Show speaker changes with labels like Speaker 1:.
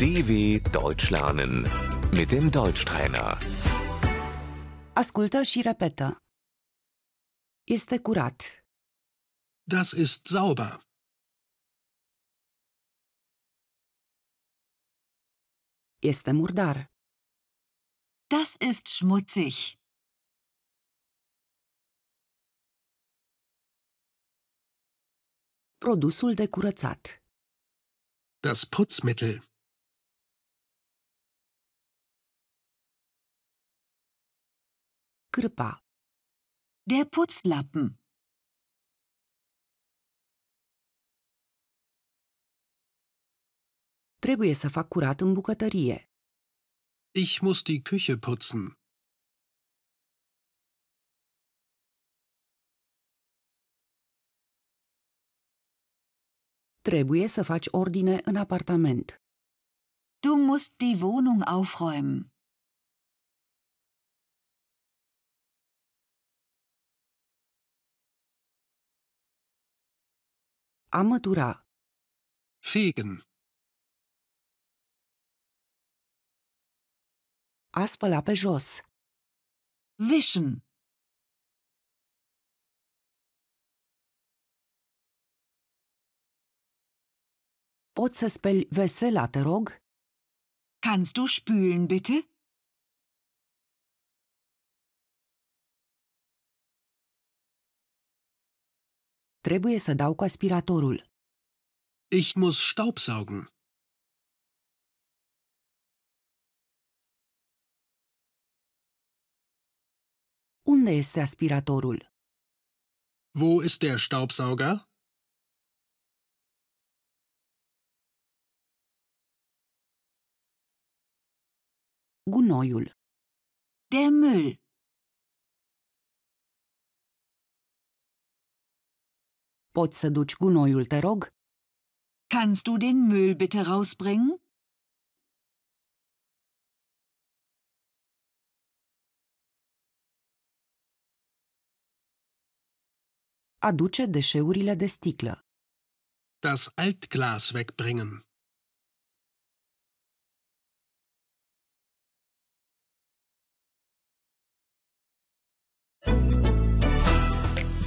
Speaker 1: DW Deutsch lernen mit dem Deutschtrainer.
Speaker 2: Ascultă și repetă. Este curat.
Speaker 3: Das ist sauber.
Speaker 2: Este murdar.
Speaker 4: Das ist schmutzig.
Speaker 2: Produsul de curățat.
Speaker 3: Das Putzmittel.
Speaker 2: Cârpa.
Speaker 4: Der Putzlappen.
Speaker 2: Trebuie să fac curat în bucătărie.
Speaker 3: Ich muss die Küche putzen.
Speaker 2: Trebuie să faci ordine în apartament.
Speaker 4: Du musst die Wohnung aufräumen.
Speaker 2: A mătura.
Speaker 3: Fegen.
Speaker 2: A spăla pe jos.
Speaker 4: Wischen.
Speaker 2: Poți să speli vesela, te rog?
Speaker 4: Kannst du spülen bitte?
Speaker 2: Trebuie să dau cu aspiratorul.
Speaker 3: Ich muss Staubsaugen.
Speaker 2: Unde este aspiratorul?
Speaker 3: Wo ist der Staubsauger?
Speaker 2: Gunoiul.
Speaker 4: Der Müll.
Speaker 2: Poți să duci gunoiul, te rog?
Speaker 4: Kannst du den Müll bitte rausbringen?
Speaker 2: Aduce deșeurile de sticlă.
Speaker 3: Das Altglas wegbringen.